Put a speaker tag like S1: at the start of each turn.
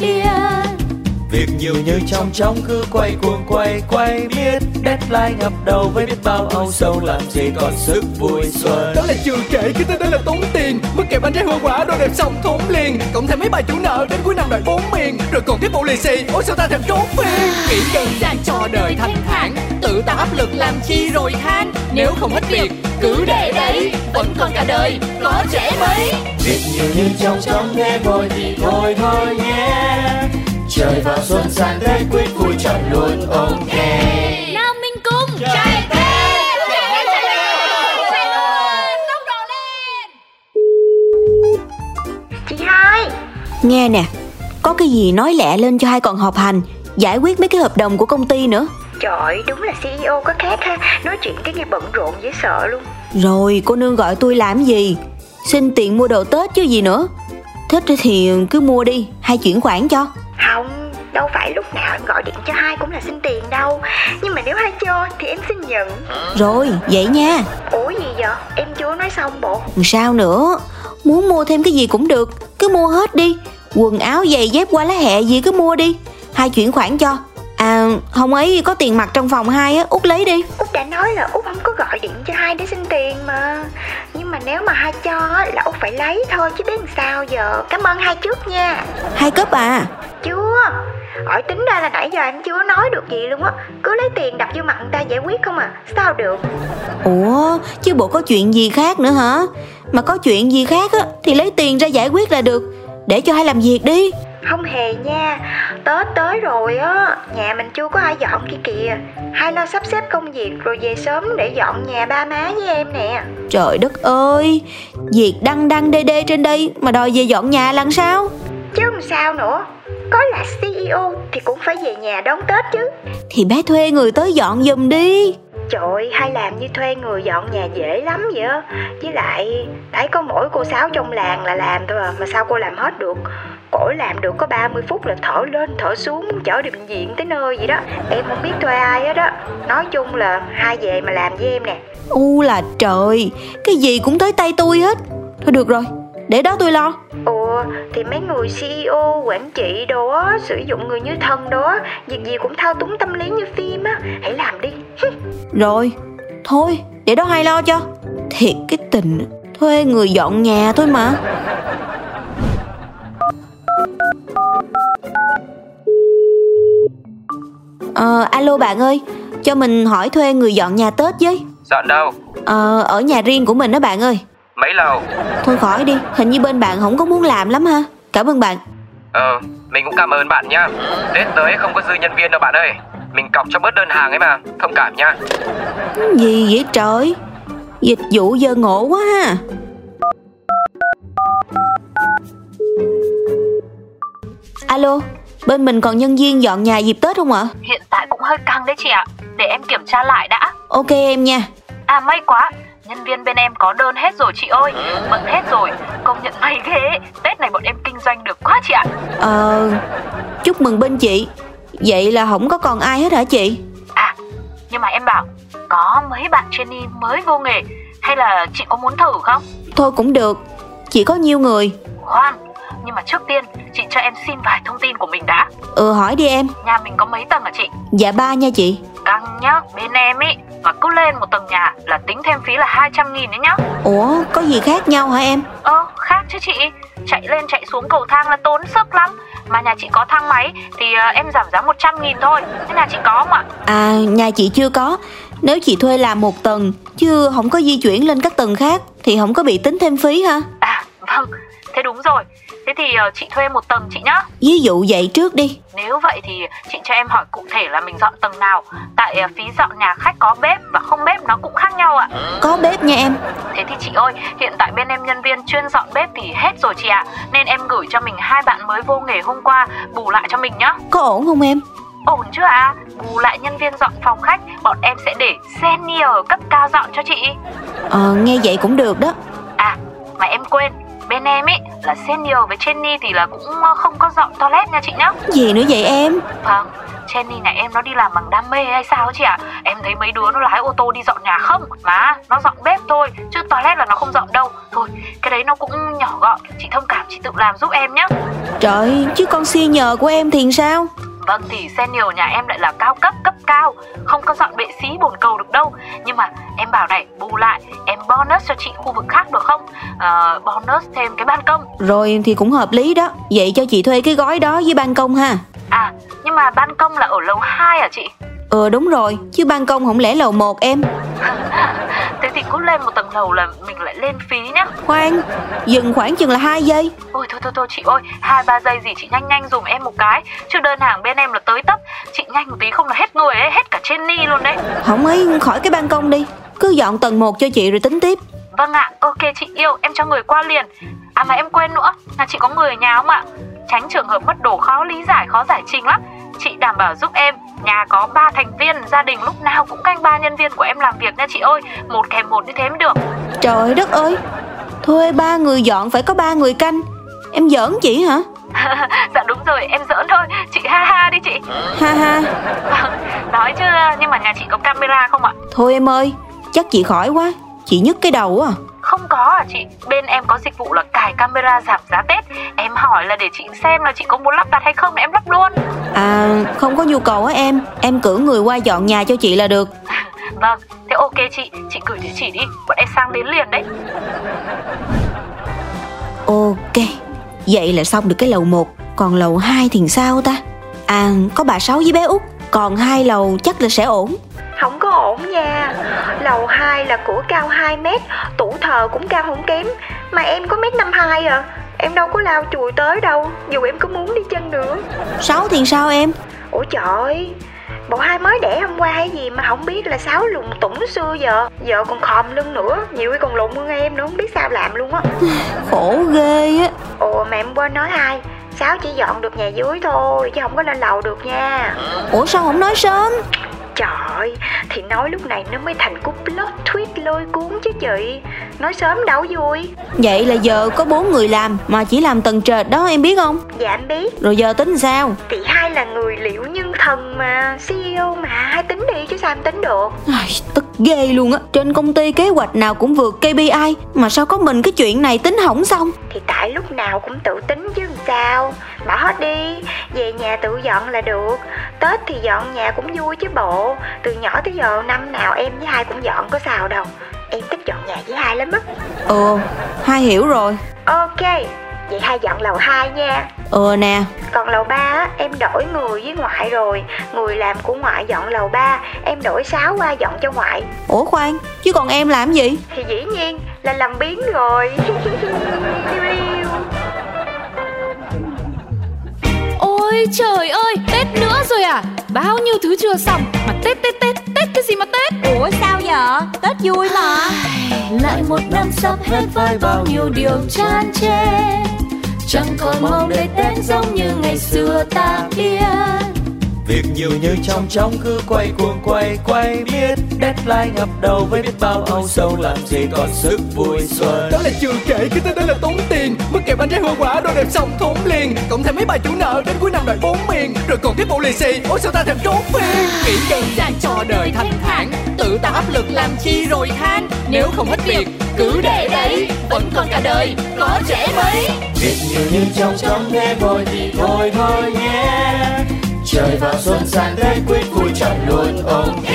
S1: biết
S2: Việc nhiều như trong trong cứ quay cuồng quay quay biết Deadline ngập đầu với biết bao âu sầu làm gì còn sức vui xuân
S3: đó là chưa kể cái tới đó là tốn tiền mất kẹp bánh trái hoa quả đồ đẹp xong thốn liền cộng thêm mấy bài chủ nợ đến cuối năm đòi bốn miền rồi còn cái bộ lì xì ôi sao ta thật trốn phiền nghĩ đơn giản À. cho đời thanh thản tự tạo áp lực làm chi rồi than nếu không hết việc cứ để đấy vẫn còn cả đời có trẻ mấy
S2: Việc nhiều như trong trong nghe vội thì thôi thôi nhé Trời vào xuân sang Tết quyết vui chọn luôn ok
S1: nào mình cùng chạy
S4: Nghe nè Có cái gì nói lẹ lên cho hai còn họp hành Giải quyết mấy cái hợp đồng của công ty nữa
S5: Trời đúng là CEO có khác ha Nói chuyện cái như bận rộn dễ sợ luôn
S4: Rồi cô nương gọi tôi làm gì Xin tiền mua đồ Tết chứ gì nữa Thích thì cứ mua đi Hay chuyển khoản cho
S5: Không đâu phải lúc nào em gọi điện cho hai cũng là xin tiền đâu Nhưng mà nếu hai cho thì em xin nhận
S4: Rồi vậy nha
S5: Ủa gì vậy em chưa nói xong bộ
S4: Sao nữa Muốn mua thêm cái gì cũng được Cứ mua hết đi Quần áo giày dép qua lá hẹ gì cứ mua đi Hai chuyển khoản cho À không ấy có tiền mặt trong phòng hai á Út lấy đi
S5: Út đã nói là Út không có gọi điện cho hai để xin tiền mà Nhưng mà nếu mà hai cho á, là Út phải lấy thôi chứ biết làm sao giờ Cảm ơn hai trước nha
S4: Hai cấp à
S5: Chưa Hỏi tính ra là nãy giờ em chưa nói được gì luôn á Cứ lấy tiền đập vô mặt người ta giải quyết không à Sao được
S4: Ủa chứ bộ có chuyện gì khác nữa hả Mà có chuyện gì khác á Thì lấy tiền ra giải quyết là được Để cho hai làm việc đi
S5: Không hề nha Tết tới rồi á Nhà mình chưa có ai dọn kia kìa Hai lo sắp xếp công việc rồi về sớm để dọn nhà ba má với em nè
S4: Trời đất ơi Việc đăng đăng đê đê trên đây Mà đòi về dọn nhà làm sao
S5: Chứ làm sao nữa Có là CEO thì cũng phải về nhà đón Tết chứ
S4: Thì bé thuê người tới dọn giùm đi
S5: Trời ơi, hay làm như thuê người dọn nhà dễ lắm vậy á. Với lại Đấy có mỗi cô Sáu trong làng là làm thôi à Mà sao cô làm hết được Cổ làm được có 30 phút là thở lên thở xuống Muốn chở đi bệnh viện tới nơi vậy đó Em không biết thuê ai hết á Nói chung là hai về mà làm với em nè
S4: U là trời Cái gì cũng tới tay tôi hết Thôi được rồi Để đó tôi lo
S5: Ồ, thì mấy người CEO, quản trị đồ á, sử dụng người như thần đó, việc gì cũng thao túng tâm lý như phim á, hãy làm đi.
S4: Rồi Thôi để đó hai lo cho Thiệt cái tình Thuê người dọn nhà thôi mà Ờ alo bạn ơi Cho mình hỏi thuê người dọn nhà Tết với
S6: Dọn đâu?
S4: Ờ ở nhà riêng của mình đó bạn ơi
S6: Mấy lầu?
S4: Thôi khỏi đi Hình như bên bạn không có muốn làm lắm ha Cảm ơn bạn
S6: Ờ, mình cũng cảm ơn bạn nha Tết tới không có dư nhân viên đâu bạn ơi Mình cọc cho bớt đơn hàng ấy mà Thông cảm nha
S4: Gì vậy trời Dịch vụ giờ ngộ quá ha Alo Bên mình còn nhân viên dọn nhà dịp Tết không ạ?
S7: hiện tại cũng hơi căng đấy chị ạ để em kiểm tra lại đã
S4: Ok em nha
S7: à may quá nhân viên bên em có đơn hết rồi chị ơi bận hết rồi công nhận may ghê tết này bọn em kinh doanh được quá chị ạ
S4: Ờ Chúc mừng bên chị Vậy là không có còn ai hết hả chị?
S7: à nhưng mà em bảo có mấy bạn trainee mới vô nghề hay là chị có muốn thử không
S4: Thôi cũng được Chỉ có nhiêu người
S7: khoan nhưng mà trước tiên chị cho em xin vài thông tin của mình đã
S4: Ừ hỏi đi em
S7: nhà mình có mấy tầng hả chị
S4: Dạ ba nha chị
S7: căng nhá bên em ý mà cứ lên một tầng nhà là tính thêm phí là 200 nghìn đấy nhá
S4: Ủa có gì khác nhau hả em?
S7: Ờ, khác chứ chị Chạy lên chạy xuống cầu thang là tốn sức lắm Mà nhà chị có thang máy Thì ờ, em giảm giá 100 nghìn thôi Thế nhà chị có không ạ?
S4: À, nhà chị chưa có. Nếu chị thuê làm một tầng, chứ không có di chuyển lên các tầng khác, thì không có bị tính thêm phí ha.
S7: À, vâng Thế đúng rồi Thế thì ờ, chị thuê một tầng chị nhá
S4: Ví dụ vậy trước đi.
S7: Nếu vậy thì chị cho em hỏi cụ thể là mình dọn tầng nào Tại ờ, phí dọn nhà khách có bếp và không bếp nó cũng khác nhau ạ
S4: Có bếp nha em.
S7: Thế thì chị ơi, hiện tại bên em nhân viên chuyên dọn bếp thì hết rồi chị ạ Nên em gửi cho mình hai bạn mới vô nghề hôm qua Bù lại cho mình nhá
S4: Có ổn không em?
S7: Ổn chưa ạ? À? Bù lại nhân viên dọn phòng khách, bọn em sẽ để senior cấp cao dọn cho chị.
S4: Ờ, nghe vậy cũng được đó.
S7: À, mà em quên, bên em ấy là là Senior với Jenny thì là cũng ờ, không có dọn toilet nha chị nhá
S4: Gì nữa vậy em
S7: Vâng, Jenny này em nó đi làm bằng đam mê hay sao ấy chị ạ? Em thấy mấy đứa nó lái ô tô đi dọn nhà không Mà nó dọn bếp thôi, chứ toilet là nó không dọn đâu Thôi, cái đấy nó cũng nhỏ gọn, chị thông cảm chị tự làm giúp em nhá
S4: Trời chứ con siêu nhờ của em thì sao
S7: Vâng thì senior nhà em lại là cao cấp, cấp cao Không có dọn bệ xí bồn cầu được đâu Nhưng mà em bảo này, bù lại Em bonus cho chị khu vực khác được không? Ờ, bonus thêm cái ban công
S4: Rồi thì cũng hợp lý đó Vậy cho chị thuê cái gói đó với ban công ha
S7: À, nhưng mà ban công là ở lầu 2 à chị?
S4: Ờ đúng rồi Chứ ban công không lẽ lầu 1 em
S7: Thế thì cứ lên một tầng lầu là mình lại lên phí nhá
S4: Khoan Dừng khoảng chừng là 2 giây
S7: Ôi thôi thôi thôi chị ơi, hai ba giây gì chị nhanh nhanh dùm em một cái, chứ đơn hàng bên em là tới tấp, chị nhanh một tí không là hết người ấy, hết cả trên ni luôn đấy.
S4: Không ấy khỏi cái ban công đi Cứ dọn tầng 1 cho chị rồi tính tiếp
S7: Vâng ạ, ok chị yêu, em cho người qua liền. À mà em quên nữa, là chị có người ở nhà không ạ? Tránh trường hợp mất đồ khó lý giải, khó giải trình lắm. Chị đảm bảo giúp em, nhà có 3 thành viên, gia đình lúc nào cũng canh ba nhân viên của em làm việc nha chị ơi, một kèm một như thế mới được.
S4: Trời đất ơi Thuê ba người dọn phải có ba người canh Em giỡn chị hả
S7: dạ đúng rồi, em giỡn thôi, chị ha ha đi chị.
S4: Ha ha
S7: Nói chứ, nhưng mà nhà chị có camera không ạ?
S4: Thôi em ơi Chắc chị khỏi quá Chị nhức cái đầu à
S7: Không có à chị, bên em có dịch vụ là cài camera giảm giá Tết Em hỏi là để chị xem là chị có muốn lắp đặt hay không để em lắp luôn
S4: À không có nhu cầu á em Em cử người qua dọn nhà cho chị là được
S7: Vâng, thế ok chị, chị gửi địa chỉ đi, bọn em sang đến liền đấy
S4: Ok Vậy là xong được cái lầu 1 Còn lầu 2 thì sao ta À có bà Sáu với bé Út Còn hai lầu chắc là sẽ ổn
S5: Không có ổn nha Lầu 2 là cửa cao 2 mét Tủ thờ cũng cao không kém Mà em có mét 52 à Em đâu có lao chùi tới đâu Dù em có muốn đi chân nữa
S4: Sáu thì sao em
S5: Ủa trời ơi, Bộ hai mới đẻ hôm qua hay gì mà không biết là sáu lùng tủng xưa giờ Giờ còn khòm lưng nữa Nhiều khi còn lụng hơn em nữa không biết sao làm luôn á
S4: Khổ ghê á
S5: Ồ mà em quên nói ai Sáu chỉ dọn được nhà dưới thôi Chứ không có lên lầu được nha
S4: Ủa sao không nói sớm
S5: Trời ơi, Thì nói lúc này nó mới thành cú plot twist lôi cuốn chứ chị Nói sớm đâu vui
S4: Vậy là giờ có bốn người làm Mà chỉ làm tầng trệt đó em biết không
S5: Dạ em biết
S4: Rồi giờ tính sao
S5: Chị hai là người liệu nhân thần mà CEO mà Hai tính đi chứ sao em tính được
S4: Ai, Tức ghê luôn á Trên công ty kế hoạch nào cũng vượt KPI Mà sao có mình cái chuyện này tính hỏng xong
S5: Thì tại lúc nào cũng tự tính chứ làm sao Bỏ hết đi Về nhà tự dọn là được Tết thì dọn nhà cũng vui chứ bộ Từ nhỏ tới giờ năm nào em với hai cũng dọn có sao đâu Em thích dọn nhà với hai lắm á
S4: Ờ Hai hiểu rồi
S5: Ok Vậy hai dọn lầu 2 nha
S4: Ờ nè
S5: Còn lầu 3 á, em đổi người với ngoại rồi Người làm của ngoại dọn lầu 3 Em đổi 6 qua dọn cho ngoại
S4: Ủa khoan Chứ còn em làm gì
S5: Thì dĩ nhiên là làm biến rồi Riu riu.
S8: Ôi trời ơi, Tết nữa rồi à? Bao nhiêu thứ chưa xong mà Tết Tết Tết, Tết cái gì mà Tết?
S4: Ủa sao vợ Tết vui mà
S1: lại một năm sắp hết với bao nhiêu điều chán chê chẳng còn mong để tết giống như ngày xưa ta biết
S2: Việc nhiều như trong trong cứ quay cuồng quay quay biết Deadline ngập đầu với biết bao âu sầu làm gì còn sức vui xuân
S3: Đó là chưa kể cái tên đó là tốn tiền Mất kẹp bánh trái hoa quả đồ đẹp xong thốn liền Cộng thêm mấy bài chủ nợ đến cuối năm đòi bốn miền Rồi còn cái bộ lì xì ôi sao ta thèm trốn phiền Nghĩ đơn giản cho đời thanh thản Tự ta áp lực làm chi rồi than Nếu không hết việc cứ để đấy Vẫn còn cả đời có trẻ mấy
S2: Việc nhiều như trong trong thế thôi thì thôi thôi nhé Trời vào xuân sang Tết quyết vui chọn luôn ok